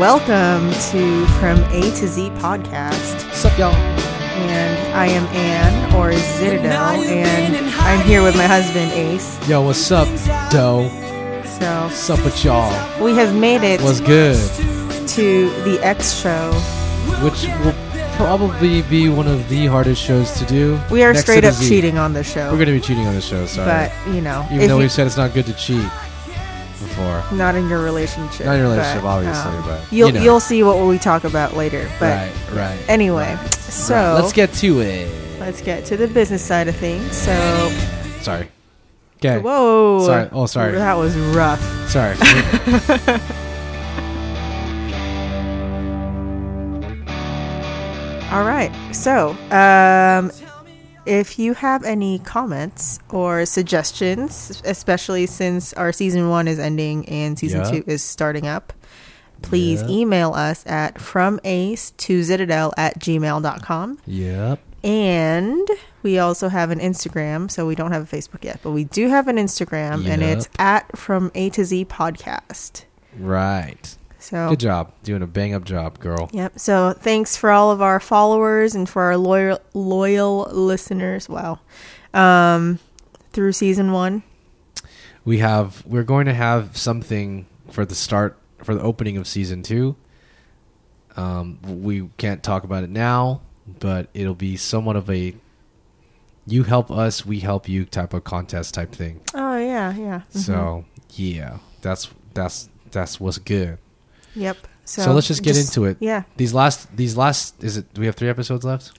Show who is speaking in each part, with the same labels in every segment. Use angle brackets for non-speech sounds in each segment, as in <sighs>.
Speaker 1: Welcome to From A to Z podcast,
Speaker 2: Sup, y'all?
Speaker 1: and I am Anne or Zitadel, and I'm here with my husband Ace.
Speaker 2: Yo, what's up, doe?
Speaker 1: So
Speaker 2: Sup with y'all?
Speaker 1: we have made it
Speaker 2: What's good?
Speaker 1: to the X show.
Speaker 2: Which will probably be one of the hardest shows to do.
Speaker 1: We are
Speaker 2: next to
Speaker 1: straight
Speaker 2: the
Speaker 1: up
Speaker 2: Z.
Speaker 1: cheating on the show,
Speaker 2: We're gonna be cheating on the show. Sorry,
Speaker 1: but you know,
Speaker 2: even
Speaker 1: if
Speaker 2: though
Speaker 1: you-
Speaker 2: we've said it's not good to cheat before.
Speaker 1: not in your relationship,
Speaker 2: Not in your relationship,
Speaker 1: but,
Speaker 2: obviously,
Speaker 1: um,
Speaker 2: but
Speaker 1: you'll
Speaker 2: you know.
Speaker 1: will see what we talk about later. But
Speaker 2: right, right.
Speaker 1: anyway,
Speaker 2: right.
Speaker 1: so
Speaker 2: Right, let's get to it.
Speaker 1: let's get to the business side of things. So
Speaker 2: Sorry. Okay.
Speaker 1: whoa,
Speaker 2: Sorry. Oh, sorry.
Speaker 1: that was rough.
Speaker 2: Sorry. <laughs>
Speaker 1: All right. So, um, if you have any comments or suggestions, especially since our season one is ending and season
Speaker 2: Yeah.
Speaker 1: two is starting up, please
Speaker 2: Yeah.
Speaker 1: email us at fromace to citadel at gmail.com.
Speaker 2: yep.
Speaker 1: And we also have an Instagram. So, we don't have a Facebook yet, but we do have an Instagram and it's at from A to Z podcast.
Speaker 2: Right.
Speaker 1: So,
Speaker 2: Good job. Doing a bang up job, girl.
Speaker 1: Yep. So thanks for all of our followers and for our loyal loyal listeners. Wow. Um, through season one.
Speaker 2: we have we're going to have something for the start for the opening of season two. Um, we can't talk about it now, but it'll be somewhat of a you help us, we help you type of contest type thing.
Speaker 1: Oh yeah, yeah.
Speaker 2: So yeah, that's that's that's what's good.
Speaker 1: Yep. So,
Speaker 2: So let's just get into it.
Speaker 1: Yeah.
Speaker 2: These last these last is it? Do we have three episodes left?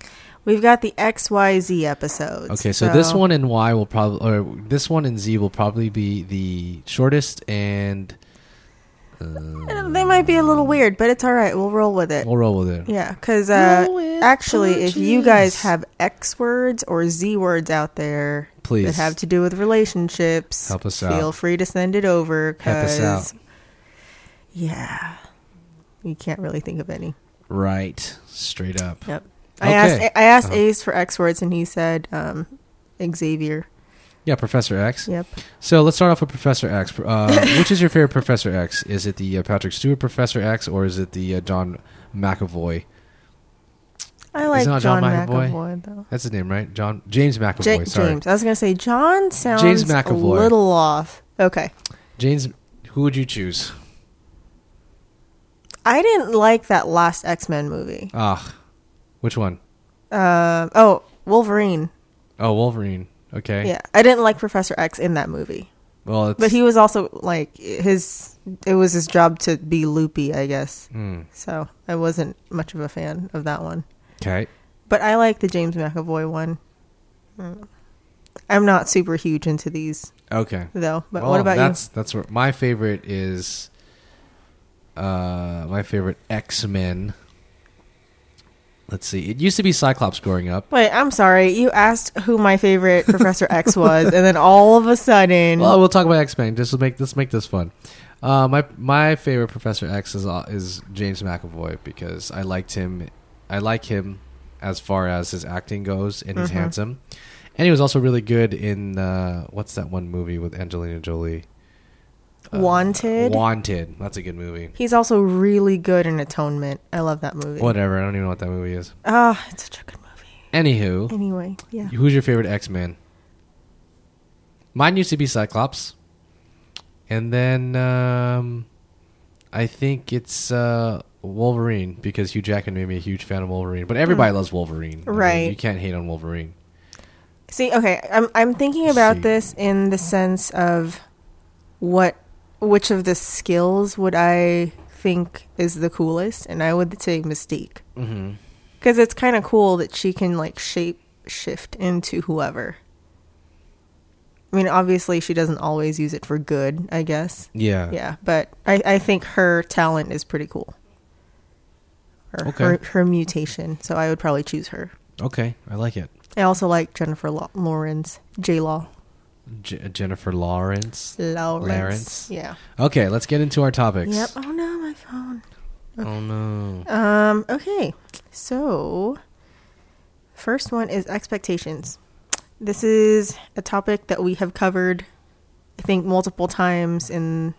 Speaker 1: We've got the X Y Z episodes.
Speaker 2: Okay, so, this one and Y will probably or this one and Z will probably be the shortest, and uh,
Speaker 1: Eh, they might be a little weird, but it's all right. We'll roll with it.
Speaker 2: we'll roll with it.
Speaker 1: Yeah, because uh,
Speaker 2: Roll with
Speaker 1: actually, if you guys
Speaker 2: punches.
Speaker 1: have X words or Z words out there
Speaker 2: Please.
Speaker 1: that have to do with relationships,
Speaker 2: Help us
Speaker 1: feel
Speaker 2: out.
Speaker 1: free to send it over.
Speaker 2: Help us
Speaker 1: 'cause- Yeah, you can't really think of any.
Speaker 2: Right, straight up.
Speaker 1: Yep. I
Speaker 2: Okay.
Speaker 1: asked I asked
Speaker 2: Uh-huh.
Speaker 1: Ace for X words, and he said um, Xavier.
Speaker 2: Yeah, Professor X.
Speaker 1: Yep.
Speaker 2: So let's start off with Professor X.
Speaker 1: <laughs>
Speaker 2: Uh, which is your favorite Professor X? Is it the uh, Patrick Stewart Professor X or is it the uh, John McAvoy?
Speaker 1: I like
Speaker 2: not
Speaker 1: John,
Speaker 2: John
Speaker 1: McAvoy,
Speaker 2: McAvoy?
Speaker 1: though.
Speaker 2: That's his name, right? John James McAvoy.
Speaker 1: Ja-
Speaker 2: sorry, James.
Speaker 1: James. I was gonna say John sounds a
Speaker 2: McAvoy.
Speaker 1: little off. Okay.
Speaker 2: Who would you choose?
Speaker 1: I didn't like that last X Men movie.
Speaker 2: Ah, which one?
Speaker 1: Um oh, Wolverine.
Speaker 2: Oh, Wolverine. Okay.
Speaker 1: Yeah, I didn't like Professor X in that movie,
Speaker 2: Well, it's,
Speaker 1: but he was also like his. It was his job to be loopy, I guess.
Speaker 2: Hmm,
Speaker 1: So I wasn't much of a fan of that one.
Speaker 2: okay.
Speaker 1: But I like the James McAvoy one. Mm. I'm not super huge into these
Speaker 2: Okay.
Speaker 1: though. But
Speaker 2: Well,
Speaker 1: what about
Speaker 2: Oh, that's, That's where my favorite is. Uh, my favorite X Men. Let's see. It used to be Cyclops growing up.
Speaker 1: you? Wait, I'm sorry. You asked who my favorite Professor X was, and then all of a sudden,
Speaker 2: Well, we'll talk about X Men. Just to make let's make this fun. Uh, my my favorite Professor X is uh, is James McAvoy because I liked him. I like him as far as his acting goes, and he's
Speaker 1: Mhm.
Speaker 2: handsome, and he was also really good in uh, what's that one movie with Angelina Jolie? Uh,
Speaker 1: Wanted.
Speaker 2: Wanted. That's a good movie.
Speaker 1: he's also really good in Atonement. I love that movie.
Speaker 2: Whatever. I don't even know what that movie is.
Speaker 1: Ah, it's such a good movie.
Speaker 2: Anywho,
Speaker 1: Anyway, Oh, yeah.
Speaker 2: who's your favorite X Man? Mine used to be Cyclops, and then um, I think it's uh, Wolverine because Hugh Jackman made me a huge fan of Wolverine. But everybody loves Wolverine, I mean,
Speaker 1: Hmm. Right.
Speaker 2: you can't hate on Wolverine.
Speaker 1: See, okay, I'm I'm thinking about
Speaker 2: See.
Speaker 1: this in the sense of what which of the skills would I think is the coolest, and I would say Mystique
Speaker 2: Mm-hmm.
Speaker 1: because it's kind of cool that she can like shape shift into whoever. I mean, obviously, she doesn't always use it for good, I guess.
Speaker 2: Yeah.
Speaker 1: Yeah, but I, I think her talent is pretty cool. Or
Speaker 2: Okay.
Speaker 1: her, her mutation. So I would probably choose her.
Speaker 2: Okay, I like it.
Speaker 1: I also like Jennifer Law- Lawrence, J Law.
Speaker 2: J- Jennifer Lawrence.
Speaker 1: Lawrence.
Speaker 2: Lawrence.
Speaker 1: Yeah.
Speaker 2: Okay, let's get into our topics.
Speaker 1: Yep. Oh no, my phone.
Speaker 2: Oh no.
Speaker 1: Um. Okay. So, first one is expectations. This is a topic that we have covered, I think, multiple times in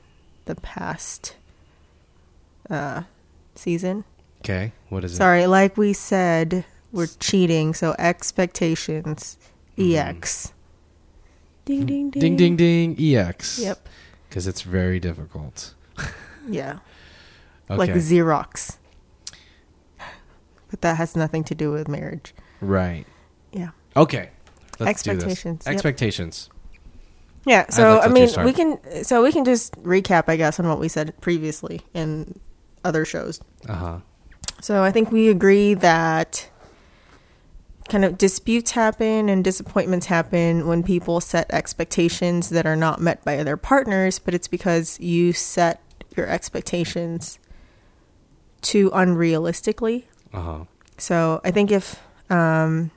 Speaker 1: the past uh, season.
Speaker 2: Okay, what is it?
Speaker 1: Sorry, like we said, we're cheating, so expectations E EX. Ding ding Mm-hmm. ding.
Speaker 2: Ding ding ding. Ex.
Speaker 1: Yep.
Speaker 2: Because it's very difficult.
Speaker 1: Yeah.
Speaker 2: Okay.
Speaker 1: Like Xerox. But that has nothing to do with marriage.
Speaker 2: right.
Speaker 1: Yeah.
Speaker 2: Okay. Let's Do
Speaker 1: Expectations,
Speaker 2: this.
Speaker 1: yep.
Speaker 2: Expectations.
Speaker 1: Yeah, so
Speaker 2: like
Speaker 1: I
Speaker 2: that
Speaker 1: mean,
Speaker 2: too, sorry.
Speaker 1: we can so we can just recap, I guess, on what we said previously in other shows.
Speaker 2: Uh huh.
Speaker 1: So I think we agree that kind of disputes happen and disappointments happen when people set expectations that are not met by their partners, but it's because you set your expectations too unrealistically.
Speaker 2: Uh huh.
Speaker 1: So I think if, um,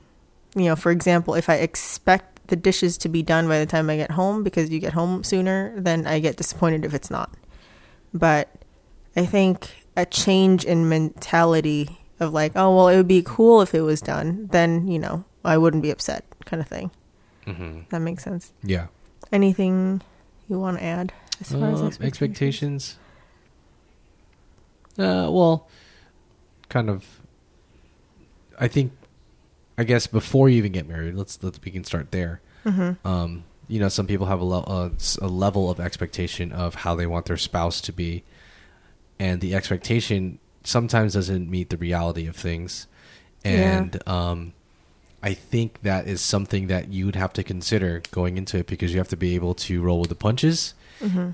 Speaker 1: you know, for example, if I expect the dishes to be done by the time I get home because you get home sooner, then I get disappointed if it's not. But I think a change in mentality of like, oh, well, it would be cool if it was done, then, you know, I wouldn't be upset kind of thing.
Speaker 2: hmm
Speaker 1: That makes sense.
Speaker 2: Yeah.
Speaker 1: Anything you want to add as far as
Speaker 2: Um,
Speaker 1: expectations?
Speaker 2: expectations. Uh, well, kind of. I think, I guess before you even get married, let's let's we can start there.
Speaker 1: Mm-hmm.
Speaker 2: Um, you know, some people have a, le- uh, s- a level of expectation of how they want their spouse to be, and the expectation sometimes doesn't meet the reality of things,
Speaker 1: Yeah.
Speaker 2: and um, I think that is something that you would have to consider going into it because you have to be able to roll with the punches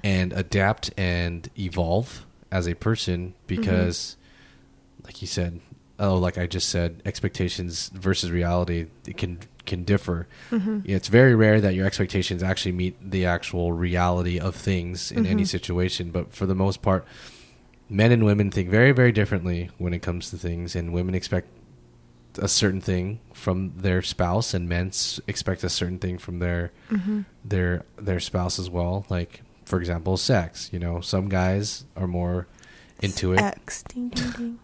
Speaker 2: and adapt and evolve as a person because like you said oh like i just said expectations versus reality it can can differ it's very rare that your expectations actually meet the actual reality of things in any situation but for the most part men and women think very very differently when it comes to things and women expect a certain thing from their spouse and men s- expect a certain thing from their
Speaker 1: Mm-hmm.
Speaker 2: their their spouse as well like for example sex you know some guys are more into it
Speaker 1: X. Ding, ding, ding.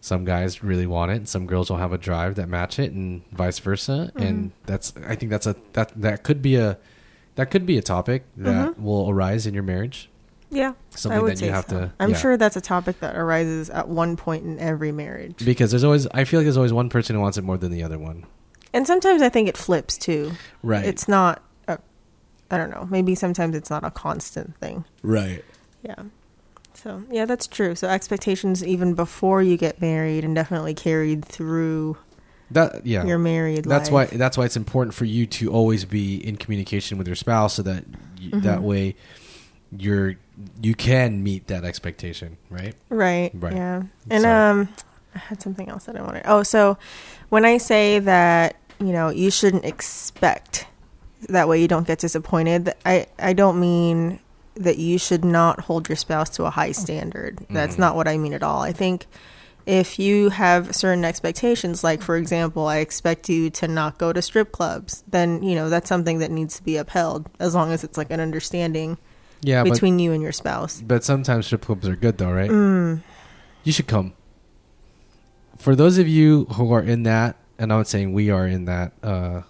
Speaker 2: some guys really want it and some girls will have a drive that match it and vice versa and that's i think that's a that that could be a that could be a topic that will arise in your marriage
Speaker 1: Yeah.
Speaker 2: Something that you have to-
Speaker 1: I'm
Speaker 2: yeah.
Speaker 1: sure that's a topic that arises at one point in every marriage.
Speaker 2: because there's always i feel like there's always one person who wants it more than the other one
Speaker 1: And sometimes I think it flips too.
Speaker 2: Right.
Speaker 1: It's not a I don't know. Maybe sometimes it's not a constant thing.
Speaker 2: right
Speaker 1: Yeah. So, yeah, that's true. So expectations even before you get married and definitely carried through
Speaker 2: that yeah
Speaker 1: your married
Speaker 2: that's
Speaker 1: life.
Speaker 2: why that's why it's important for you to always be in communication with your spouse so that you,
Speaker 1: Mm-hmm.
Speaker 2: that way you're you can meet that expectation right
Speaker 1: Right.
Speaker 2: Right.
Speaker 1: Yeah. And
Speaker 2: So-
Speaker 1: um I had something else that I wanted. Oh, so when I say that, you know, you shouldn't expect that way you don't get disappointed, th- I I don't mean that you should not hold your spouse to a high
Speaker 2: Mm-hmm.
Speaker 1: standard. That's not what I mean at all. I think if you have certain expectations, like for example, I expect you to not go to strip clubs, then, you know, that's something that needs to be upheld as long as it's like an understanding
Speaker 2: yeah
Speaker 1: between Mm. you and your spouse.
Speaker 2: but, but sometimes strip clubs are good though right you should come for those of you who are in that and i'm not saying we are in that uh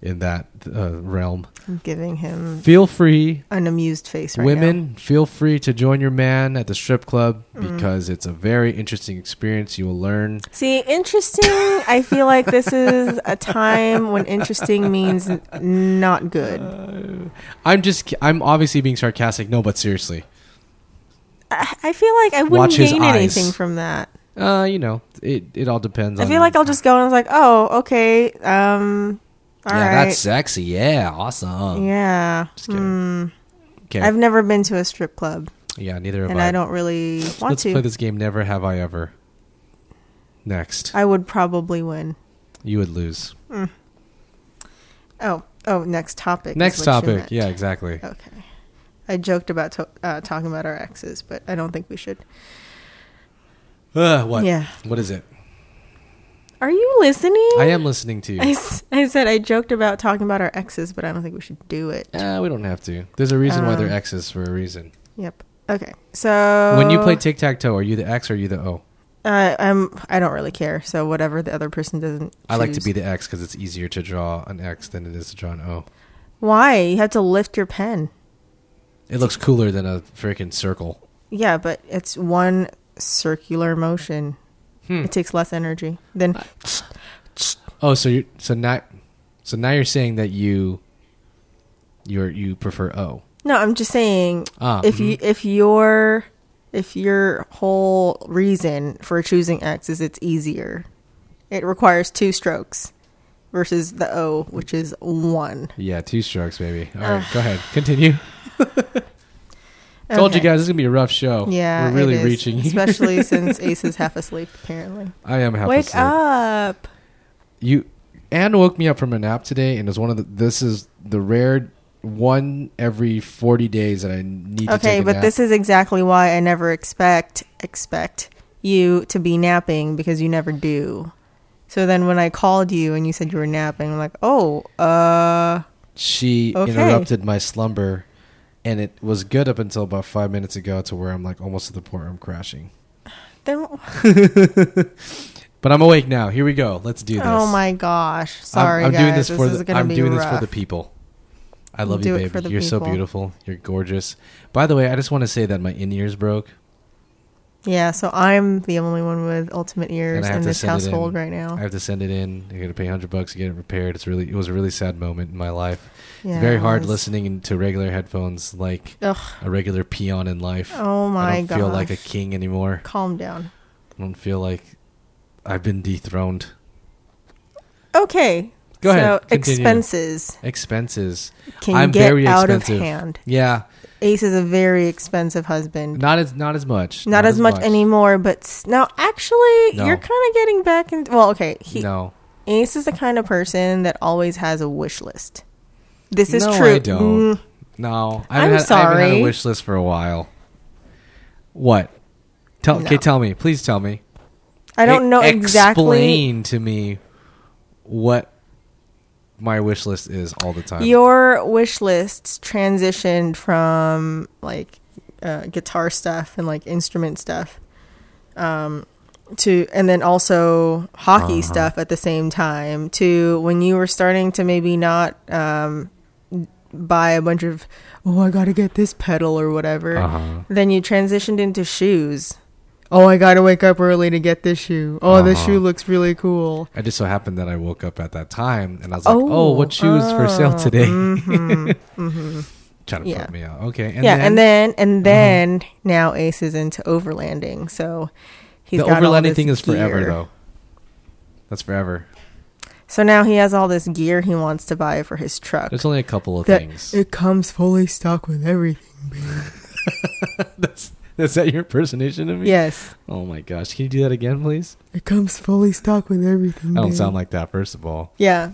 Speaker 2: in that uh, realm
Speaker 1: I'm giving him
Speaker 2: feel free
Speaker 1: an amused face right now.
Speaker 2: Women, feel free to join your man at the strip club
Speaker 1: Mm-hmm.
Speaker 2: because it's a very interesting experience. You will learn
Speaker 1: See, interesting. I feel like this is a time when interesting means n- not good.
Speaker 2: I'm just. ki- I'm obviously being sarcastic. No, but seriously,
Speaker 1: I, I feel like I
Speaker 2: Watch
Speaker 1: wouldn't
Speaker 2: his
Speaker 1: gain
Speaker 2: eyes.
Speaker 1: anything from that.
Speaker 2: uh, you know, it it all depends.
Speaker 1: I
Speaker 2: on,
Speaker 1: feel like I'll just go and I was like, oh, okay, um, all
Speaker 2: yeah,
Speaker 1: right.
Speaker 2: that's sexy. Yeah, awesome.
Speaker 1: yeah. hmm.
Speaker 2: Just kidding. Okay.
Speaker 1: I've never been to a strip club,
Speaker 2: yeah, neither of
Speaker 1: and I don't really want
Speaker 2: Let's
Speaker 1: to.
Speaker 2: play this game. Never have I ever. Next,
Speaker 1: I would probably win.
Speaker 2: you would lose.
Speaker 1: Oh, oh, next topic. is
Speaker 2: Next
Speaker 1: what you
Speaker 2: topic.
Speaker 1: meant.
Speaker 2: Yeah, exactly.
Speaker 1: Okay. I joked about to- uh, talking about our exes, but I don't think we should.
Speaker 2: Uh, what?
Speaker 1: Yeah.
Speaker 2: What is it?
Speaker 1: Are you listening?
Speaker 2: I am listening to you.
Speaker 1: <laughs> I, s- I said I joked about talking about our exes, but I don't think we should do it.
Speaker 2: Uh, we don't have to. There's a reason why
Speaker 1: Um,
Speaker 2: they're exes for a reason.
Speaker 1: Yep. Okay. So
Speaker 2: When you play tic tac toe, are you the X or are you the O?
Speaker 1: uh, I'm I don't really care. So whatever the other person doesn't.
Speaker 2: I like to
Speaker 1: choose.
Speaker 2: be the X because it's easier to draw an X than it is to draw an O.
Speaker 1: Why you have to lift your pen?
Speaker 2: It looks cooler than a freaking circle.
Speaker 1: Yeah, but it's one circular motion.
Speaker 2: Hmm.
Speaker 1: It takes less energy than
Speaker 2: Oh, so you so now so now you're saying that you you're you prefer O.
Speaker 1: No, I'm just saying
Speaker 2: Ah,
Speaker 1: if
Speaker 2: mhm.
Speaker 1: you if your if your whole reason for choosing X is it's easier, it requires two strokes versus the O, which is one.
Speaker 2: Yeah, two strokes, baby. All right, go ahead. Continue. Told you
Speaker 1: Okay.
Speaker 2: guys, this is gonna be a rough show.
Speaker 1: Yeah,
Speaker 2: we're really
Speaker 1: it is,
Speaker 2: reaching. here.
Speaker 1: especially since Ace is half asleep. Apparently,
Speaker 2: <laughs> I am half
Speaker 1: wake
Speaker 2: asleep.
Speaker 1: up.
Speaker 2: You Anne woke me up from a nap today, and is one of the. This is the rare one every forty days that I need to
Speaker 1: Okay,
Speaker 2: take a
Speaker 1: but
Speaker 2: nap.
Speaker 1: this is exactly why I never expect expect you to be napping because you never do. So then when I called you and you said you were napping, I'm like, "Oh, uh
Speaker 2: she
Speaker 1: Okay.
Speaker 2: interrupted my slumber, and it was good up until about five minutes ago, to where I'm like almost to the point where I'm crashing.
Speaker 1: then
Speaker 2: But I'm awake now. Here we go. Let's do this.
Speaker 1: <laughs> Oh my gosh.
Speaker 2: I'm-
Speaker 1: Sorry
Speaker 2: I'm,
Speaker 1: guys.
Speaker 2: doing this for
Speaker 1: is
Speaker 2: the.
Speaker 1: gonna
Speaker 2: I'm
Speaker 1: be
Speaker 2: doing this
Speaker 1: rough.
Speaker 2: for the people. I love
Speaker 1: Do
Speaker 2: you,
Speaker 1: it
Speaker 2: baby.
Speaker 1: for the
Speaker 2: You're so
Speaker 1: people.
Speaker 2: beautiful. You're gorgeous. By the way, I just want to say that my in ears broke.
Speaker 1: Uh-huh. Yeah, so I'm the only one with ultimate ears
Speaker 2: have
Speaker 1: in
Speaker 2: to
Speaker 1: this
Speaker 2: send it in.
Speaker 1: household right now.
Speaker 2: I have to send it in. I got to pay hundred bucks to get it repaired. It's really. It was a really sad moment in my life.
Speaker 1: Yeah,
Speaker 2: it's very hard
Speaker 1: it was-
Speaker 2: listening in- to regular headphones, like
Speaker 1: Ugh.
Speaker 2: a regular peon in life.
Speaker 1: Oh my
Speaker 2: I don't feel
Speaker 1: gosh.
Speaker 2: like a king anymore.
Speaker 1: Calm down.
Speaker 2: I don't feel like I've been dethroned.
Speaker 1: Okay.
Speaker 2: Go
Speaker 1: so
Speaker 2: ahead. Continue.
Speaker 1: expenses
Speaker 2: Expenses.
Speaker 1: can
Speaker 2: I'm
Speaker 1: get
Speaker 2: very
Speaker 1: out
Speaker 2: expensive.
Speaker 1: of hand.
Speaker 2: Yeah,
Speaker 1: Ace is a very expensive husband.
Speaker 2: not as not as much.
Speaker 1: Not, as, much, anymore, but s- now actually
Speaker 2: No.
Speaker 1: you're kind of getting back in. Well, okay, he,
Speaker 2: no.
Speaker 1: Ace is the kind of person that always has a wish list. This is
Speaker 2: no,
Speaker 1: true.
Speaker 2: I don't.
Speaker 1: Mm,
Speaker 2: No, I
Speaker 1: I'm
Speaker 2: haven't, had, I haven't had
Speaker 1: sorry.
Speaker 2: a wish list for a while. What? Tell
Speaker 1: No.
Speaker 2: okay. Tell me, please tell me.
Speaker 1: I don't know
Speaker 2: E-
Speaker 1: exactly
Speaker 2: Explain to me what my wish list is all the time.
Speaker 1: Your wish lists transitioned from like uh, guitar stuff and like instrument stuff um, to, and then also
Speaker 2: Uh-huh.
Speaker 1: hockey stuff at the same time to when you were starting to maybe not um, buy a bunch of, oh, I got to get this pedal or whatever.
Speaker 2: Uh-huh.
Speaker 1: Then you transitioned into shoes. Oh, I got to wake up early to get this shoe. Oh,
Speaker 2: Uh-huh.
Speaker 1: this shoe looks really cool.
Speaker 2: It just so happened that I woke up at that time and I was like, "Oh,
Speaker 1: Oh,
Speaker 2: what shoes for sale
Speaker 1: oh, mm-hmm.
Speaker 2: today?" <laughs> Trying to
Speaker 1: Yeah.
Speaker 2: put me out. Okay, and
Speaker 1: yeah,
Speaker 2: then, Uh-huh.
Speaker 1: and then and then now Ace is into overlanding, so he's
Speaker 2: the
Speaker 1: got all
Speaker 2: overlanding
Speaker 1: this
Speaker 2: thing is forever
Speaker 1: gear.
Speaker 2: though. That's forever.
Speaker 1: So now he has all this gear he wants to buy for his truck.
Speaker 2: There's only a couple of
Speaker 1: That-
Speaker 2: things.
Speaker 1: it comes fully stocked with everything.
Speaker 2: <laughs> that's is that your impersonation of me?
Speaker 1: Yes,
Speaker 2: Oh my gosh, can you do that again, please?
Speaker 1: it comes fully stocked with everything.
Speaker 2: I don't
Speaker 1: babe.
Speaker 2: sound like that. First of all,
Speaker 1: yeah.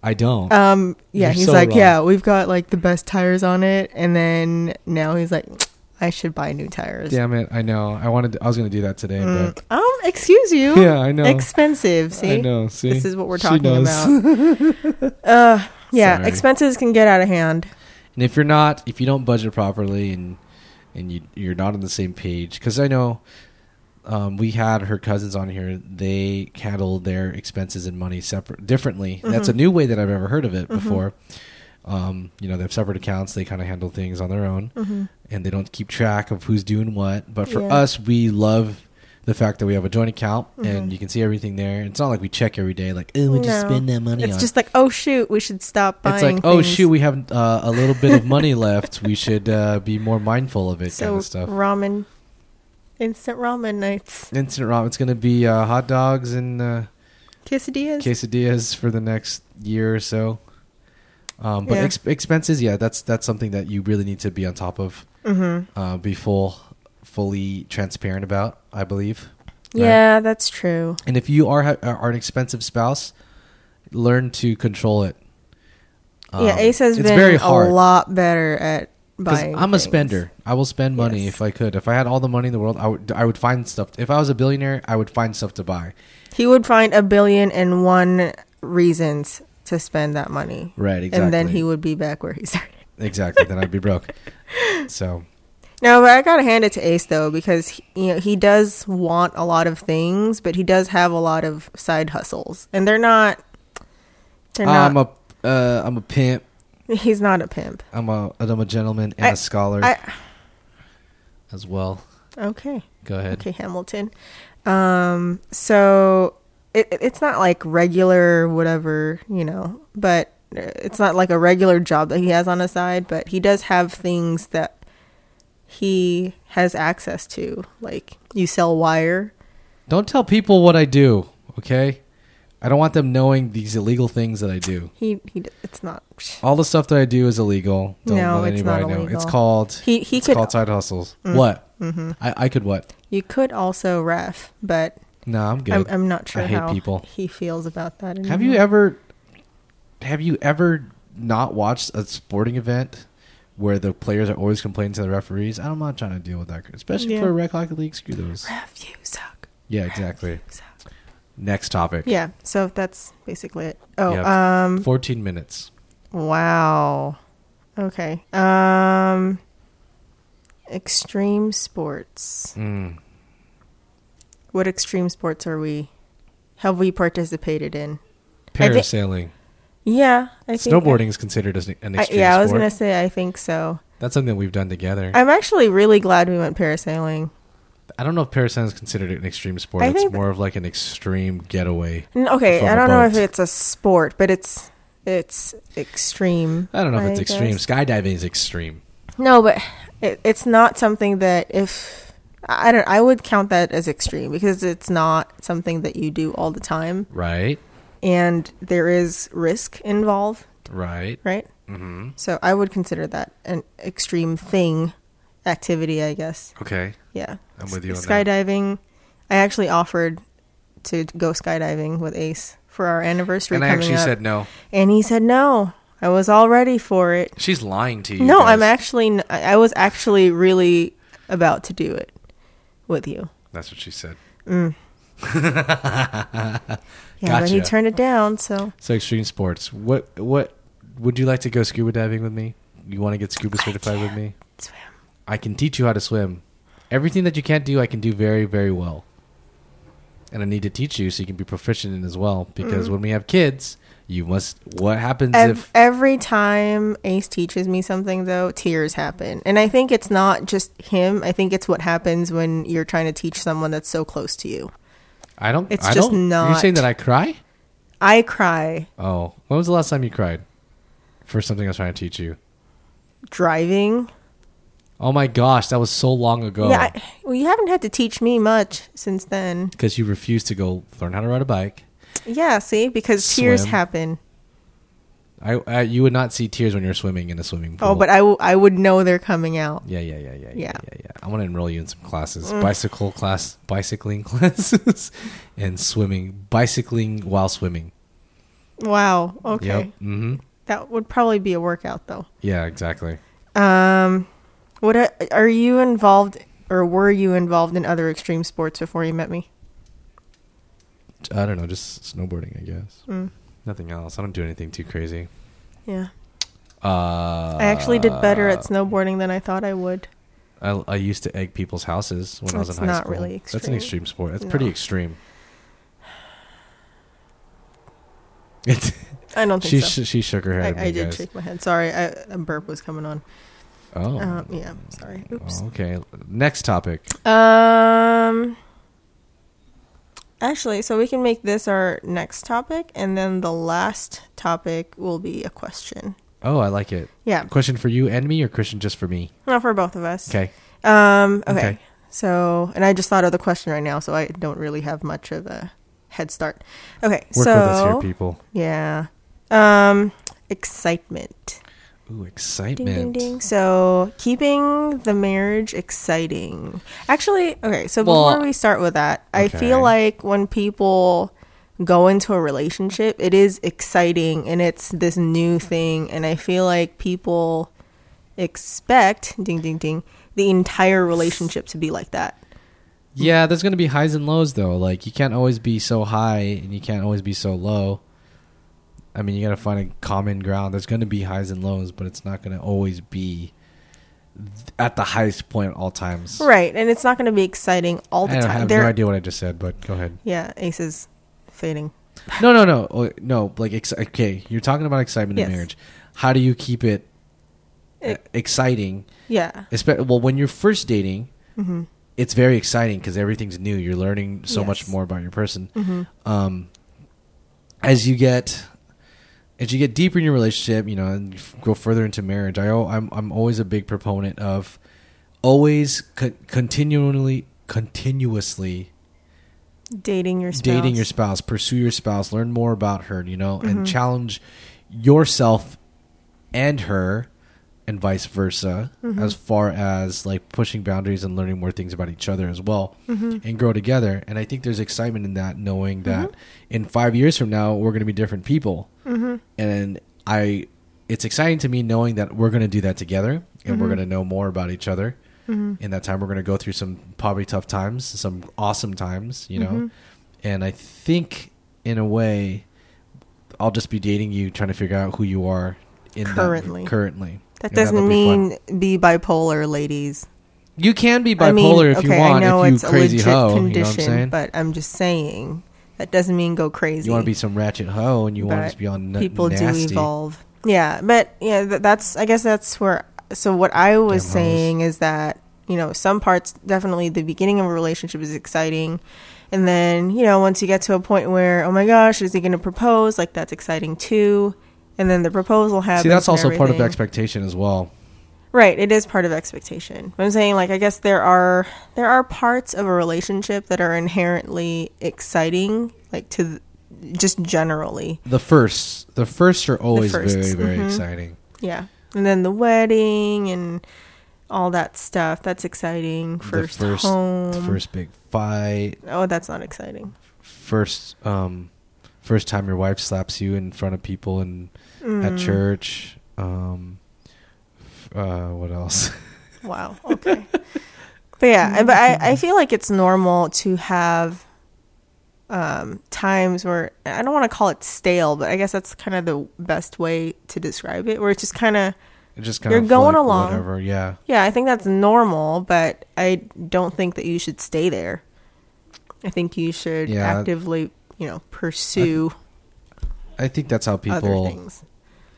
Speaker 2: I don't.
Speaker 1: Um. Yeah.
Speaker 2: You're
Speaker 1: he's
Speaker 2: so
Speaker 1: like,
Speaker 2: wrong.
Speaker 1: yeah, we've got like the best tires on it, and then now he's like, I should buy new tires.
Speaker 2: Damn it! I know. I wanted. I was going to do that today,
Speaker 1: Mm, <laughs> um. Excuse
Speaker 2: but
Speaker 1: you.
Speaker 2: <laughs> yeah, I know.
Speaker 1: Expensive. See.
Speaker 2: I know. See,
Speaker 1: This is what we're
Speaker 2: She
Speaker 1: talking
Speaker 2: knows. <laughs>
Speaker 1: about. uh, yeah,
Speaker 2: Sorry.
Speaker 1: expenses can get out of hand.
Speaker 2: And if you're not, if you don't budget properly, and and you you're not on the same page, because I know um, we had her cousins on here. They handle their expenses and money separate differently.
Speaker 1: Mm-hmm.
Speaker 2: That's a new way that I've ever heard of it before. Um, you know, they have separate accounts. They kind of handle things on their own, and they don't keep track of who's doing what. But for
Speaker 1: Yeah.
Speaker 2: us, we love. The fact that we have a joint account and you can see everything there. It's not like we check every day, like, oh, we just
Speaker 1: Mm-hmm. No.
Speaker 2: spend that money
Speaker 1: It's
Speaker 2: on
Speaker 1: just like, oh shoot, we should stop buying.
Speaker 2: it's like oh
Speaker 1: things.
Speaker 2: shoot we have uh, a little bit of money left we should uh, be more mindful of it
Speaker 1: so
Speaker 2: kind of stuff
Speaker 1: ramen, instant ramen nights,
Speaker 2: instant ramen it's going to be uh, hot dogs and uh,
Speaker 1: quesadillas.
Speaker 2: quesadillas for the next year or so um, but
Speaker 1: Yeah.
Speaker 2: ex- expenses yeah that's that's something that you really need to be on top of
Speaker 1: Mm-hmm.
Speaker 2: uh, be full fully transparent about i believe right?
Speaker 1: Yeah, that's true.
Speaker 2: and if you are ha- are an expensive spouse learn to control it
Speaker 1: yeah,
Speaker 2: Um,
Speaker 1: Ace has
Speaker 2: it's
Speaker 1: been
Speaker 2: very hard.
Speaker 1: a lot better at
Speaker 2: Because
Speaker 1: buying.
Speaker 2: I'm a
Speaker 1: things.
Speaker 2: spender. I will spend money
Speaker 1: Yes.
Speaker 2: if I could. If I had all the money in the world, I would. I would find stuff. If I was a billionaire, I would find stuff to buy.
Speaker 1: He would find a billion and one reasons to spend that money,
Speaker 2: Right.
Speaker 1: and then he would be back where he started.
Speaker 2: exactly. Then I'd
Speaker 1: <laughs>
Speaker 2: be broke. So
Speaker 1: No, but I gotta hand it to Ace though because he, you know he does want a lot of things, but he does have a lot of side hustles, and they're not. They're
Speaker 2: I'm
Speaker 1: not.
Speaker 2: a. Uh, I'm a pimp.
Speaker 1: <laughs> he's not a pimp.
Speaker 2: I'm a. I'm a gentleman and
Speaker 1: I-
Speaker 2: a scholar
Speaker 1: I
Speaker 2: as well.
Speaker 1: Okay.
Speaker 2: Go ahead.
Speaker 1: Okay, Hamilton. Um, so it, it- it's not like regular whatever, you know, but it's not like a regular job that he has on the side, but he does have things that he has access to. Like you sell wire.
Speaker 2: Don't tell people what I do, okay? I don't want them knowing these illegal things that I do.
Speaker 1: He he it's not
Speaker 2: All the stuff that I do is illegal. Don't
Speaker 1: No,
Speaker 2: let
Speaker 1: it's
Speaker 2: anybody
Speaker 1: not
Speaker 2: know.
Speaker 1: illegal.
Speaker 2: It's called
Speaker 1: He he
Speaker 2: it's
Speaker 1: could
Speaker 2: called side hustles. What? Mm-hmm. I, I could what?
Speaker 1: you could also ref, but
Speaker 2: No, I'm good.
Speaker 1: I'm, I'm not sure
Speaker 2: I hate
Speaker 1: how
Speaker 2: people.
Speaker 1: he feels about that.
Speaker 2: Have you
Speaker 1: anymore.
Speaker 2: ever have you ever not watched a sporting event where the players are always complaining to the referees? I'm not trying to deal with that, especially
Speaker 1: Yeah.
Speaker 2: for a rec hockey league. Screw those.
Speaker 1: Ref, you suck.
Speaker 2: Yeah, exactly.
Speaker 1: You suck.
Speaker 2: Next topic.
Speaker 1: Yeah, so that's basically it.
Speaker 2: You
Speaker 1: Oh,
Speaker 2: have
Speaker 1: um,
Speaker 2: 14 minutes.
Speaker 1: wow. Okay. Um, extreme sports.
Speaker 2: Mm.
Speaker 1: What extreme sports are we? Have we participated in? I thi-
Speaker 2: Parasailing.
Speaker 1: Yeah, I think
Speaker 2: Snowboarding is considered as an an
Speaker 1: I,
Speaker 2: extreme
Speaker 1: yeah, I was
Speaker 2: sport.
Speaker 1: gonna say I think so.
Speaker 2: That's something we've done together. I,
Speaker 1: I'm actually really glad we went parasailing.
Speaker 2: don't know if parasailing is considered an extreme sport.
Speaker 1: I
Speaker 2: it's
Speaker 1: think-
Speaker 2: more of like an extreme getaway.
Speaker 1: N- Okay,
Speaker 2: From
Speaker 1: I
Speaker 2: a
Speaker 1: don't know if
Speaker 2: boat.
Speaker 1: it's a sport, but it's it's extreme.
Speaker 2: I don't know if it's extreme.
Speaker 1: guess.
Speaker 2: Skydiving is extreme.
Speaker 1: No, but it, it's not something that if I I don't, I would count that as extreme because it's not something that you do all the time,
Speaker 2: Right?
Speaker 1: and there is risk involved,
Speaker 2: Right.
Speaker 1: right?
Speaker 2: Mm-hmm.
Speaker 1: So I would consider that an extreme thing, activity, I guess.
Speaker 2: Okay.
Speaker 1: Yeah,
Speaker 2: I'm with you on that.
Speaker 1: skydiving. I actually offered to go skydiving with Ace for our anniversary
Speaker 2: And I
Speaker 1: coming
Speaker 2: actually
Speaker 1: up,
Speaker 2: said no.
Speaker 1: and he said no. I was all ready for it.
Speaker 2: She's lying to you.
Speaker 1: No, I'm
Speaker 2: guys.
Speaker 1: actually. n- I I was actually really about to do it with you.
Speaker 2: That's what she said.
Speaker 1: Yeah, but he
Speaker 2: Gotcha.
Speaker 1: turned it down. So
Speaker 2: So extreme sports. What what would you like to go scuba diving with me? You want to get scuba certified with me?
Speaker 1: swim.
Speaker 2: I can teach you how to swim. Everything that you can't do, I can do very very well. And I need to teach you so you can be proficient in as well. Because when we have kids, you must. What happens
Speaker 1: Mm. Ev-
Speaker 2: if?
Speaker 1: every time Ace teaches me something, though, tears happen, and I think it's not just him. I think it's what happens when you're trying to teach someone that's so close to you.
Speaker 2: I don't.
Speaker 1: it's
Speaker 2: I
Speaker 1: just
Speaker 2: don't, You're
Speaker 1: not-
Speaker 2: saying that I cry?
Speaker 1: I cry
Speaker 2: Oh, when was the last time you cried for something I was trying to teach you?
Speaker 1: driving.
Speaker 2: Oh my gosh, that was so long ago.
Speaker 1: Yeah, I, well, you haven't had to teach me much since then.
Speaker 2: because you refused to go learn how to ride a bike.
Speaker 1: Yeah, see, because tears
Speaker 2: Swim.
Speaker 1: happen.
Speaker 2: I, I you would not see tears when you're swimming in a swimming pool.
Speaker 1: Oh, but I, w- I would know they're coming out.
Speaker 2: yeah, yeah, yeah, yeah, yeah, yeah,
Speaker 1: Yeah. Mm.
Speaker 2: yeah. I want to enroll you in some classes: bicycle class, bicycling <laughs> classes, and swimming. Bicycling while swimming.
Speaker 1: Wow. Okay.
Speaker 2: Yep. Mm-hmm.
Speaker 1: That would probably be a workout, though.
Speaker 2: Yeah. Exactly.
Speaker 1: Um, what are, are you involved or were you involved in other extreme sports before you met me?
Speaker 2: I don't know. Just snowboarding, I guess. Nothing else. I don't do anything too crazy.
Speaker 1: Mm, Yeah,
Speaker 2: Uh,
Speaker 1: I actually did better at snowboarding than I thought I would.
Speaker 2: I, I used to egg people's houses when I was in
Speaker 1: That's
Speaker 2: high
Speaker 1: not
Speaker 2: school.
Speaker 1: really
Speaker 2: That's an
Speaker 1: extreme.
Speaker 2: extreme sport. That's pretty
Speaker 1: No.
Speaker 2: extreme. <laughs> It's,
Speaker 1: I don't think
Speaker 2: she
Speaker 1: so.
Speaker 2: sh- she shook her
Speaker 1: I,
Speaker 2: head. at
Speaker 1: I
Speaker 2: me,
Speaker 1: did
Speaker 2: guys.
Speaker 1: shake my head. Sorry, I, a burp was coming on.
Speaker 2: Oh.
Speaker 1: Um, yeah, sorry. Oops.
Speaker 2: Okay. Next topic.
Speaker 1: Um, actually, so we can make this our next topic, and then the last topic will be a question.
Speaker 2: Oh, I like it.
Speaker 1: Yeah,
Speaker 2: Question for you and me, or question just for me?
Speaker 1: not for both of us.
Speaker 2: Okay.
Speaker 1: Um, okay.
Speaker 2: Okay.
Speaker 1: So, and I just thought of the question right now, so I don't really have much of a head start. Okay.
Speaker 2: Work
Speaker 1: so,
Speaker 2: with us here, people.
Speaker 1: yeah. Um, excitement.
Speaker 2: Ooh,
Speaker 1: Ding,
Speaker 2: excitement.
Speaker 1: ding, ding. So, keeping the marriage exciting. Actually, okay. So,
Speaker 2: Well,
Speaker 1: before we start with that, I
Speaker 2: okay.
Speaker 1: feel like when people go into a relationship, it is exciting and it's this new thing. And I feel like people expect, ding, ding, ding, the entire relationship to be like that.
Speaker 2: Yeah, there's going to be highs and lows, though. Like, you can't always be so high and you can't always be so low. I mean, you got to find a common ground. There's going to be highs and lows, but it's not going to always be th- at the highest point at all times.
Speaker 1: Right, and it's not going to be exciting all the
Speaker 2: I don't- I
Speaker 1: time.
Speaker 2: have
Speaker 1: There,
Speaker 2: no idea what I just said, but
Speaker 1: <sighs>
Speaker 2: go ahead.
Speaker 1: Yeah, Ace is fading.
Speaker 2: No, no, no, Oh, no. Like, ex- okay, you're talking about excitement in
Speaker 1: Yes.
Speaker 2: marriage. How do you keep it, uh,
Speaker 1: It-
Speaker 2: exciting?
Speaker 1: Yeah, mm-hmm,
Speaker 2: Espe- well, when you're first dating, it's very exciting because everything's new. You're learning so much
Speaker 1: Yes.
Speaker 2: more about your person.
Speaker 1: Mhm.
Speaker 2: Um, as you get as you get deeper in your relationship, you know, and you f- go further into marriage, I, al- I'm I'm always a big proponent of always co- continually continuously
Speaker 1: Dating your spouse.
Speaker 2: dating your spouse, pursue your spouse, learn more about her, you know, and challenge yourself and her and vice versa as far as like pushing boundaries and learning more things about each other as well and grow together. And I think there's excitement in that knowing that in 5 years from now we're going to be different people. And I it's exciting to me knowing that we're going to do that together and
Speaker 1: Mm-hmm.
Speaker 2: we're going to know more about each other. In that time we're going to go through some probably tough times, some awesome times, you know
Speaker 1: Mm-hmm.
Speaker 2: and I think in a way, I'll just be dating you, trying to figure out who you are in that-
Speaker 1: Currently.
Speaker 2: currently,
Speaker 1: That
Speaker 2: And that'll
Speaker 1: doesn't
Speaker 2: be fun.
Speaker 1: mean be bipolar, ladies.
Speaker 2: you can be bipolar
Speaker 1: I mean,
Speaker 2: if
Speaker 1: okay,
Speaker 2: you want.
Speaker 1: I know
Speaker 2: if you
Speaker 1: it's
Speaker 2: crazy
Speaker 1: a legit
Speaker 2: hoe, you know what I'm
Speaker 1: condition,
Speaker 2: saying?
Speaker 1: but I'm just saying that doesn't mean go crazy.
Speaker 2: you want to be some ratchet hoe, and you want to
Speaker 1: But
Speaker 2: just be on n-
Speaker 1: people
Speaker 2: nasty.
Speaker 1: do evolve. Yeah, but yeah, th- that's I guess that's where. So what I was
Speaker 2: Damn hoes.
Speaker 1: saying is that you know some parts definitely the beginning of a relationship is exciting, and then you know once you get to a point where oh my gosh is he going to propose like that's exciting too, and then the proposal happens.
Speaker 2: See, that's
Speaker 1: and
Speaker 2: also part of
Speaker 1: everything.
Speaker 2: expectation as well.
Speaker 1: Right, it is part of expectation. But I'm saying like I guess there are there are parts of a relationship that are inherently exciting, like to th- just generally.
Speaker 2: The first, the first are always
Speaker 1: firsts,
Speaker 2: very, very
Speaker 1: mhm.
Speaker 2: exciting.
Speaker 1: Yeah. And then the wedding and all that stuff. That's exciting. First,
Speaker 2: the first,
Speaker 1: home.
Speaker 2: the first big fight,
Speaker 1: Oh, that's not exciting.
Speaker 2: first, um, first time your wife slaps you in front of people and at
Speaker 1: Mm,
Speaker 2: church. Um, f- uh, what else? <laughs>
Speaker 1: Wow. Okay. but yeah, I- but
Speaker 2: Mm-hmm.
Speaker 1: I, I feel like it's normal to have um, times where I don't want to call it stale, but I guess that's kind of the best way to describe it, where it's just kind of
Speaker 2: It just kind
Speaker 1: You're
Speaker 2: of
Speaker 1: going
Speaker 2: like
Speaker 1: along.
Speaker 2: Whatever. Yeah.
Speaker 1: Yeah, I think that's normal, but I don't think that you should stay there. I think you should
Speaker 2: Yeah.
Speaker 1: actively, you know, pursue
Speaker 2: I think that's how
Speaker 1: other
Speaker 2: people
Speaker 1: things.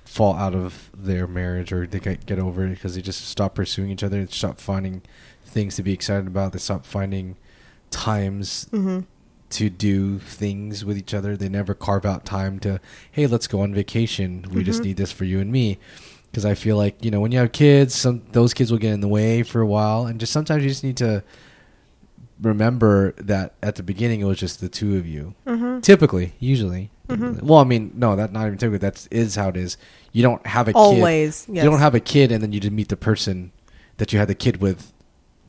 Speaker 2: fall out of their marriage or they get, get over it because they just stop pursuing each other and stop finding things to be excited about. They stop finding times
Speaker 1: Mhm.
Speaker 2: to do things with each other. They never carve out time to, hey, let's go on vacation. We
Speaker 1: Mm-hmm.
Speaker 2: just need this for you and me. Because I feel like you know when you have kids, some those kids will get in the way for a while, and just sometimes you just need to remember that at the beginning it was just the two of you.
Speaker 1: mm-hmm.
Speaker 2: Typically, usually, well, I mean, no, that not even typically. That's is how it is. You don't have a
Speaker 1: Always,
Speaker 2: Kid.
Speaker 1: yes.
Speaker 2: You don't have a kid, and then you just meet the person that you had the kid with,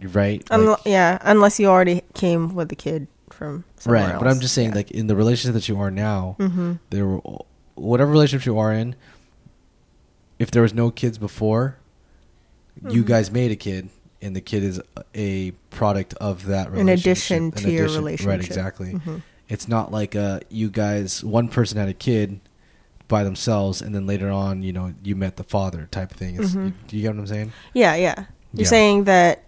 Speaker 2: right?
Speaker 1: Unle-
Speaker 2: Like-
Speaker 1: yeah, unless you already came with a kid from somewhere
Speaker 2: right
Speaker 1: else.
Speaker 2: but i'm just saying
Speaker 1: Yeah.
Speaker 2: like in the relationship that you are now
Speaker 1: Mm-hmm.
Speaker 2: there were whatever relationship you are in if there was no kids before
Speaker 1: Mm-hmm.
Speaker 2: you guys made a kid and the kid is a product of that
Speaker 1: In
Speaker 2: relationship
Speaker 1: addition
Speaker 2: An
Speaker 1: to your
Speaker 2: right
Speaker 1: relationship. Mm-hmm.
Speaker 2: exactly it's not like uh you guys one person had a kid by themselves and then later on you know you met the father type thing It's-
Speaker 1: Mm-hmm.
Speaker 2: you, do you get what i'm saying
Speaker 1: yeah, yeah. You're
Speaker 2: Yeah.
Speaker 1: saying that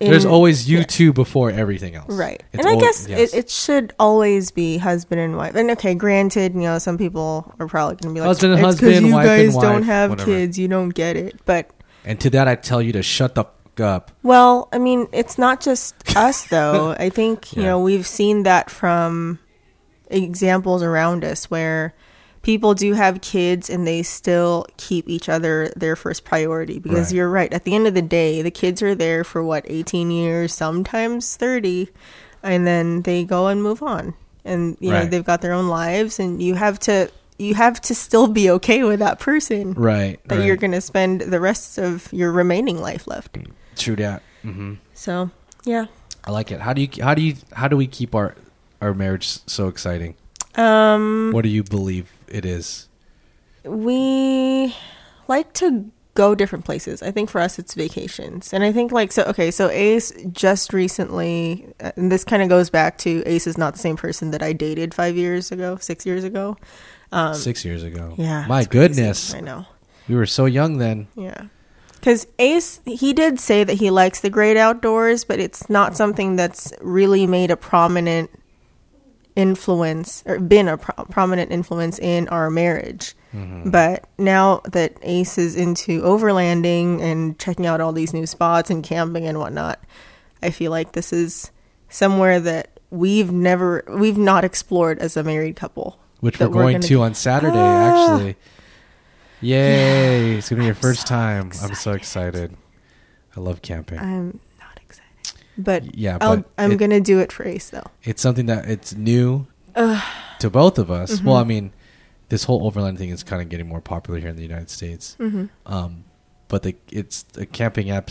Speaker 1: in-
Speaker 2: there's always you
Speaker 1: yeah.
Speaker 2: two before everything else
Speaker 1: Right.
Speaker 2: It's
Speaker 1: and I
Speaker 2: al-
Speaker 1: guess
Speaker 2: yes.
Speaker 1: it, it should always be husband and wife. And okay, granted, you know, some people are probably going to be like,
Speaker 2: Husband and
Speaker 1: it's 'cause
Speaker 2: husband,
Speaker 1: you
Speaker 2: wife and
Speaker 1: guys don't
Speaker 2: wife,"
Speaker 1: have
Speaker 2: whatever.
Speaker 1: kids, you don't get it. But
Speaker 2: and to that i tell you to shut the fuck up
Speaker 1: Well, I mean, it's not just
Speaker 2: <laughs>
Speaker 1: us though. I think, you
Speaker 2: Yeah.
Speaker 1: know, we've seen that from examples around us where people do have kids and they still keep each other their first priority because
Speaker 2: Right.
Speaker 1: you're right. At the end of the day, the kids are there for what 18 years, sometimes 30, and then they go and move on. And you know,
Speaker 2: Right.
Speaker 1: they've got their own lives and you have to you have to still be okay with that person
Speaker 2: right
Speaker 1: that
Speaker 2: right.
Speaker 1: you're going to spend the rest of your remaining life left.
Speaker 2: True that. hmm
Speaker 1: So yeah,
Speaker 2: I like it. How do you how do you how do we keep our our marriage s- so exciting?
Speaker 1: um,
Speaker 2: What do you believe it is?
Speaker 1: we like to go different places. I think for us, it's vacations, and I think like so. Okay, so Ace just recently, uh, and this kind of goes back to Ace is not the same person that I dated five years ago, six years ago.
Speaker 2: Six years ago.
Speaker 1: um, Yeah,
Speaker 2: My
Speaker 1: it's crazy.
Speaker 2: goodness,
Speaker 1: I know.
Speaker 2: we were so young then.
Speaker 1: Yeah. Because Ace, he did say that he likes the great outdoors, but it's not something that's really made a prominent influence or been a pro- prominent influence in our marriage.
Speaker 2: Mm-hmm.
Speaker 1: But now that Ace is into overlanding and checking out all these new spots and camping and whatnot, I feel like this is somewhere that we've never we've not explored as a married couple.
Speaker 2: which
Speaker 1: that
Speaker 2: we're going
Speaker 1: gonna-
Speaker 2: to on Saturday,
Speaker 1: Ah!
Speaker 2: actually. Yay! It's gonna be your first
Speaker 1: so
Speaker 2: time. I'm so excited. I love camping.
Speaker 1: I'm not excited. Um, But
Speaker 2: yeah,
Speaker 1: I'll,
Speaker 2: but
Speaker 1: I'm
Speaker 2: it-
Speaker 1: gonna do it for Ace though.
Speaker 2: it's something that it's new to both of us.
Speaker 1: Mm-hmm.
Speaker 2: Well, I mean, this whole overland thing is kind of getting more popular here in the United States.
Speaker 1: Mm-hmm.
Speaker 2: Um, but the it's a camping app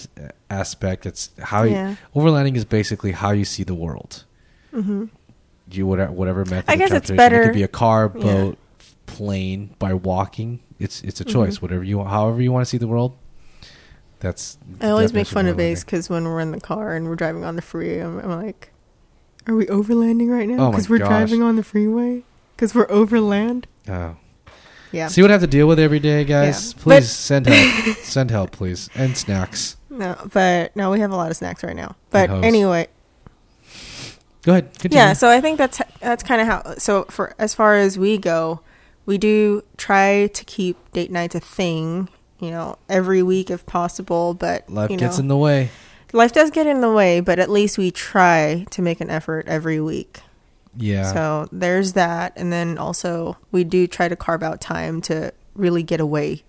Speaker 2: aspect. It's how
Speaker 1: Yeah.
Speaker 2: you, overlanding is basically how you see the world. You whatever, whatever method.
Speaker 1: Mm-hmm. I
Speaker 2: of
Speaker 1: guess it's
Speaker 2: transportation. It
Speaker 1: better-
Speaker 2: could be a car,
Speaker 1: Yeah.
Speaker 2: boat, plane, by walking. It's it's a
Speaker 1: Mm-hmm.
Speaker 2: choice. Whatever you want, however you want to see the world. That's.
Speaker 1: I
Speaker 2: the
Speaker 1: always make
Speaker 2: definition
Speaker 1: fun of
Speaker 2: overlanding.
Speaker 1: Ace because when we're in the car and we're driving on the freeway, I'm, I'm like, "Are we overlanding right now?
Speaker 2: Oh my
Speaker 1: Because we're
Speaker 2: gosh.
Speaker 1: driving on the freeway. Because we're overland."
Speaker 2: Oh.
Speaker 1: Yeah.
Speaker 2: See what I have to deal with every day, guys.
Speaker 1: Yeah. <laughs>
Speaker 2: Please
Speaker 1: But-
Speaker 2: send help. send help, please, and snacks.
Speaker 1: no, but no, we have a lot of snacks right now. But
Speaker 2: hose.
Speaker 1: anyway,
Speaker 2: Go ahead. Continue.
Speaker 1: yeah. So I think that's that's kind of how. So for as far as we go, we do try to keep date nights a thing. You know, every week if possible. But
Speaker 2: Life
Speaker 1: you
Speaker 2: gets
Speaker 1: know,
Speaker 2: in the way.
Speaker 1: life does get in the way. But at least we try to make an effort every week.
Speaker 2: Yeah.
Speaker 1: So there's that. And then also, we do try to carve out time to really get away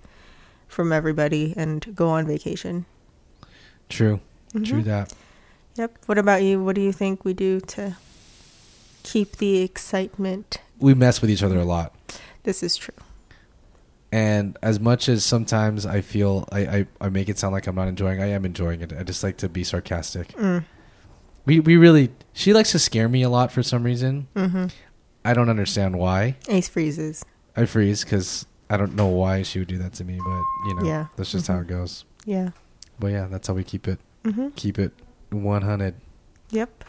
Speaker 1: from everybody and go on vacation.
Speaker 2: True.
Speaker 1: mm-hmm.
Speaker 2: True that.
Speaker 1: Yep. What about you? What do you think we do to keep the excitement?
Speaker 2: We mess with each other a lot.
Speaker 1: This is true.
Speaker 2: And as much as sometimes I feel I, I, I make it sound like I'm not enjoying, I am enjoying it. I just like to be sarcastic.
Speaker 1: Mm,
Speaker 2: We we really she likes to scare me a lot for some reason.
Speaker 1: hmm
Speaker 2: I don't understand why.
Speaker 1: Ace freezes.
Speaker 2: I freeze because I don't know why she would do that to me, but you know,
Speaker 1: Yeah. Mm-hmm.
Speaker 2: that's just how it goes.
Speaker 1: Yeah.
Speaker 2: But yeah, that's how we keep it
Speaker 1: hmm
Speaker 2: keep it one hundred.
Speaker 1: Yep.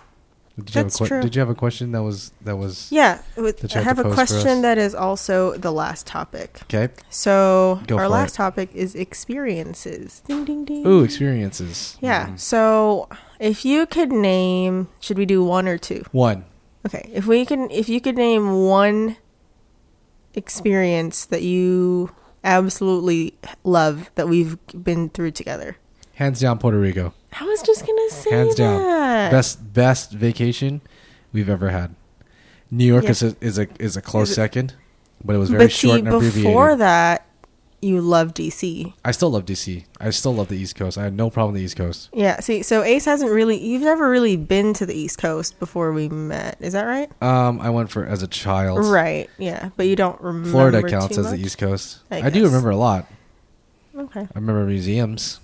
Speaker 2: Did you have a
Speaker 1: That's
Speaker 2: que-
Speaker 1: true.
Speaker 2: Did you have a question that was that was
Speaker 1: Yeah. with-
Speaker 2: That you
Speaker 1: I
Speaker 2: have
Speaker 1: have
Speaker 2: to
Speaker 1: a
Speaker 2: pose for us.
Speaker 1: question that is also the last topic.
Speaker 2: okay?
Speaker 1: So
Speaker 2: Go
Speaker 1: our
Speaker 2: for
Speaker 1: last
Speaker 2: it.
Speaker 1: topic is experiences. Ding ding ding.
Speaker 2: Ooh, experiences.
Speaker 1: Yeah.
Speaker 2: Mm.
Speaker 1: So if you could name, should we do one or two?
Speaker 2: One.
Speaker 1: Okay. If we can, if you could name one experience that you absolutely love that we've been through together,
Speaker 2: Hands down Puerto Rico.
Speaker 1: I was just gonna say
Speaker 2: Hands down.
Speaker 1: that.
Speaker 2: Best best vacation we've ever had. New York
Speaker 1: Yeah.
Speaker 2: is a is a is a close
Speaker 1: Is it-
Speaker 2: second, but it was very
Speaker 1: but
Speaker 2: short
Speaker 1: see,
Speaker 2: and abbreviated.
Speaker 1: before that, you love DC.
Speaker 2: I still love DC. I still love the East Coast. I had no problem with the East Coast.
Speaker 1: Yeah. See, so Ace hasn't really. You've never really been to the East Coast before we met. Is that right?
Speaker 2: Um, I went for as a child.
Speaker 1: Right. Yeah. But you don't remember.
Speaker 2: Florida counts
Speaker 1: too
Speaker 2: as the
Speaker 1: much?
Speaker 2: East Coast.
Speaker 1: I
Speaker 2: I, do
Speaker 1: guess.
Speaker 2: remember a lot.
Speaker 1: Okay.
Speaker 2: I remember museums,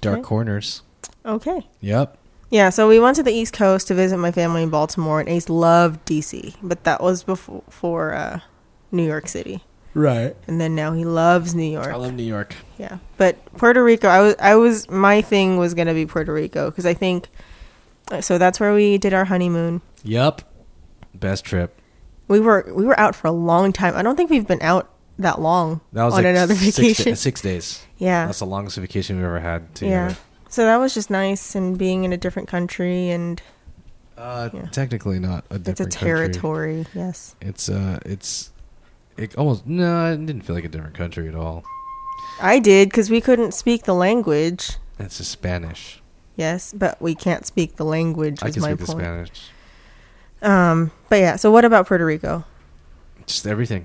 Speaker 2: dark
Speaker 1: Okay.
Speaker 2: corners.
Speaker 1: Okay.
Speaker 2: Yep.
Speaker 1: Yeah, so we went to the East Coast to visit my family in Baltimore, and Ace loved DC, but that was before for uh, New York City,
Speaker 2: Right.
Speaker 1: and then now he loves New York.
Speaker 2: I love New York.
Speaker 1: yeah, but Puerto Rico, I was, I was, my thing was gonna be Puerto Rico because I think, uh, so that's where we did our honeymoon.
Speaker 2: Yep. Best trip.
Speaker 1: We were we were out for a long time. I don't think we've been out that long
Speaker 2: That was
Speaker 1: on
Speaker 2: like
Speaker 1: another
Speaker 2: six da-
Speaker 1: vacation.
Speaker 2: six days.
Speaker 1: yeah,
Speaker 2: That's the longest vacation we've ever had.
Speaker 1: yeah.
Speaker 2: together.
Speaker 1: So that was just nice, and being in a different country, and
Speaker 2: Uh,
Speaker 1: Yeah.
Speaker 2: Technically not
Speaker 1: it's
Speaker 2: a
Speaker 1: a
Speaker 2: different country.
Speaker 1: territory. Yes.
Speaker 2: It's uh, it's it almost no, it didn't feel like a different country at all.
Speaker 1: I did because we couldn't speak the language.
Speaker 2: It's just Spanish.
Speaker 1: Yes, but we can't speak the language. Is
Speaker 2: I can
Speaker 1: my
Speaker 2: speak the
Speaker 1: point.
Speaker 2: Spanish.
Speaker 1: Um, but yeah. So what about Puerto Rico?
Speaker 2: Just everything.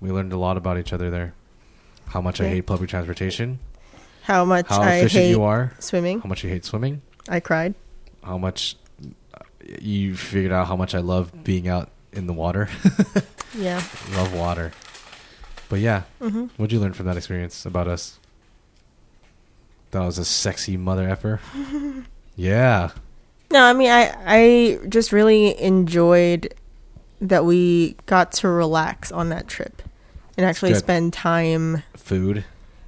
Speaker 2: We learned a lot about each other there. How much I
Speaker 1: Okay.
Speaker 2: hate public transportation.
Speaker 1: How much
Speaker 2: How
Speaker 1: I
Speaker 2: efficient
Speaker 1: hate
Speaker 2: you are.
Speaker 1: swimming.
Speaker 2: How much you hate swimming.
Speaker 1: I cried.
Speaker 2: How much uh, you figured out how much I love being out in the water.
Speaker 1: Yeah.
Speaker 2: love water. But yeah,
Speaker 1: hmm
Speaker 2: what'd you learn from that experience about us? That I was a sexy
Speaker 1: <laughs>
Speaker 2: mother effer. yeah.
Speaker 1: No, I mean I I just really enjoyed that we got to relax on that trip and actually
Speaker 2: Good.
Speaker 1: spend time.
Speaker 2: Food.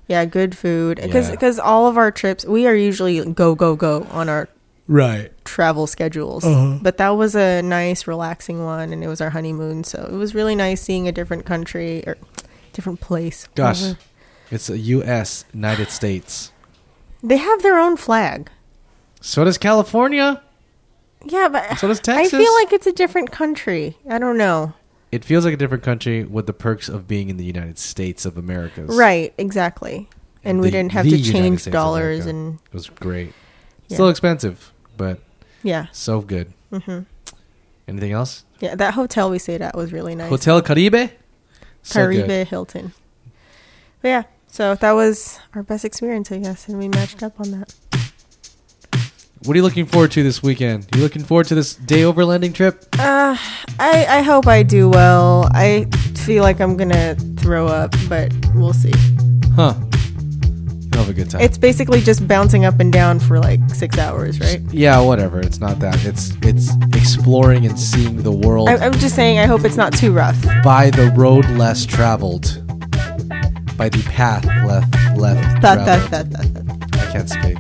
Speaker 1: Yeah, good food because
Speaker 2: Yeah.
Speaker 1: because all of our trips we are usually go go go on our
Speaker 2: Right.
Speaker 1: travel schedules.
Speaker 2: Uh-huh.
Speaker 1: But that was a nice, relaxing one, and it was our honeymoon, so it was really nice seeing a different country or different place.
Speaker 2: Gosh,
Speaker 1: whatever.
Speaker 2: it's the U.S. United States.
Speaker 1: they have their own flag.
Speaker 2: So does California.
Speaker 1: Yeah, but
Speaker 2: So does
Speaker 1: I
Speaker 2: Texas.
Speaker 1: feel like it's a different country. I don't know.
Speaker 2: It feels like a different country with the perks of being in the United States of America.
Speaker 1: Right? Exactly. And we
Speaker 2: The-
Speaker 1: didn't have
Speaker 2: the
Speaker 1: to
Speaker 2: United
Speaker 1: change
Speaker 2: States of
Speaker 1: dollars
Speaker 2: America.
Speaker 1: and
Speaker 2: It was great.
Speaker 1: Yeah.
Speaker 2: Still expensive. but
Speaker 1: Yeah.
Speaker 2: so good.
Speaker 1: hmm
Speaker 2: Anything else?
Speaker 1: Yeah. That hotel we stayed at was really nice.
Speaker 2: Hotel Caribe. So good.
Speaker 1: Caribe Hilton. But yeah. So that was our best experience, I guess, and we matched up on that.
Speaker 2: What are you looking forward to this weekend? You looking forward to this day overlanding trip?
Speaker 1: Uh, I I hope I do well. I feel like I'm gonna throw up, but we'll see.
Speaker 2: Huh? You'll have a good time.
Speaker 1: It's basically just bouncing up and down for like six hours, right?
Speaker 2: yeah, whatever. It's not that. It's it's exploring and seeing the world
Speaker 1: I, I'm just saying. I hope it's not too rough.
Speaker 2: by the road less traveled, by the path left left
Speaker 1: That, that,
Speaker 2: traveled.
Speaker 1: that, that, that.
Speaker 2: I can't speak.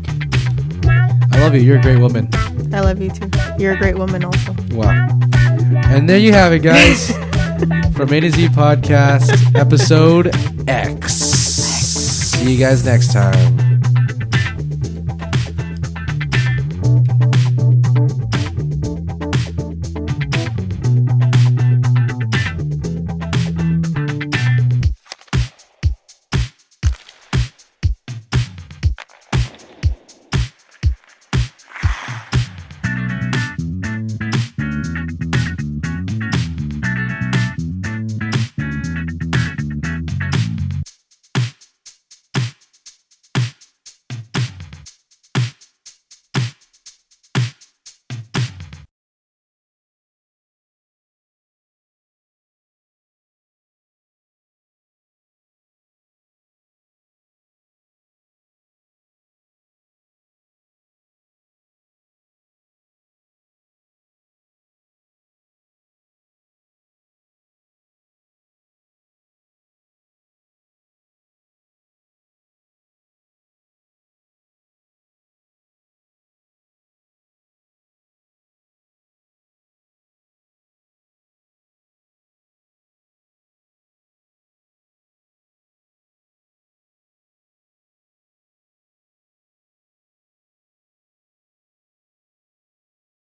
Speaker 2: I love you. You're a great woman.
Speaker 1: I love you too. You're a great woman, also.
Speaker 2: Wow. And there you have
Speaker 1: <laughs>
Speaker 2: it, guys. From A to Z Podcast, episode X. See you guys next time.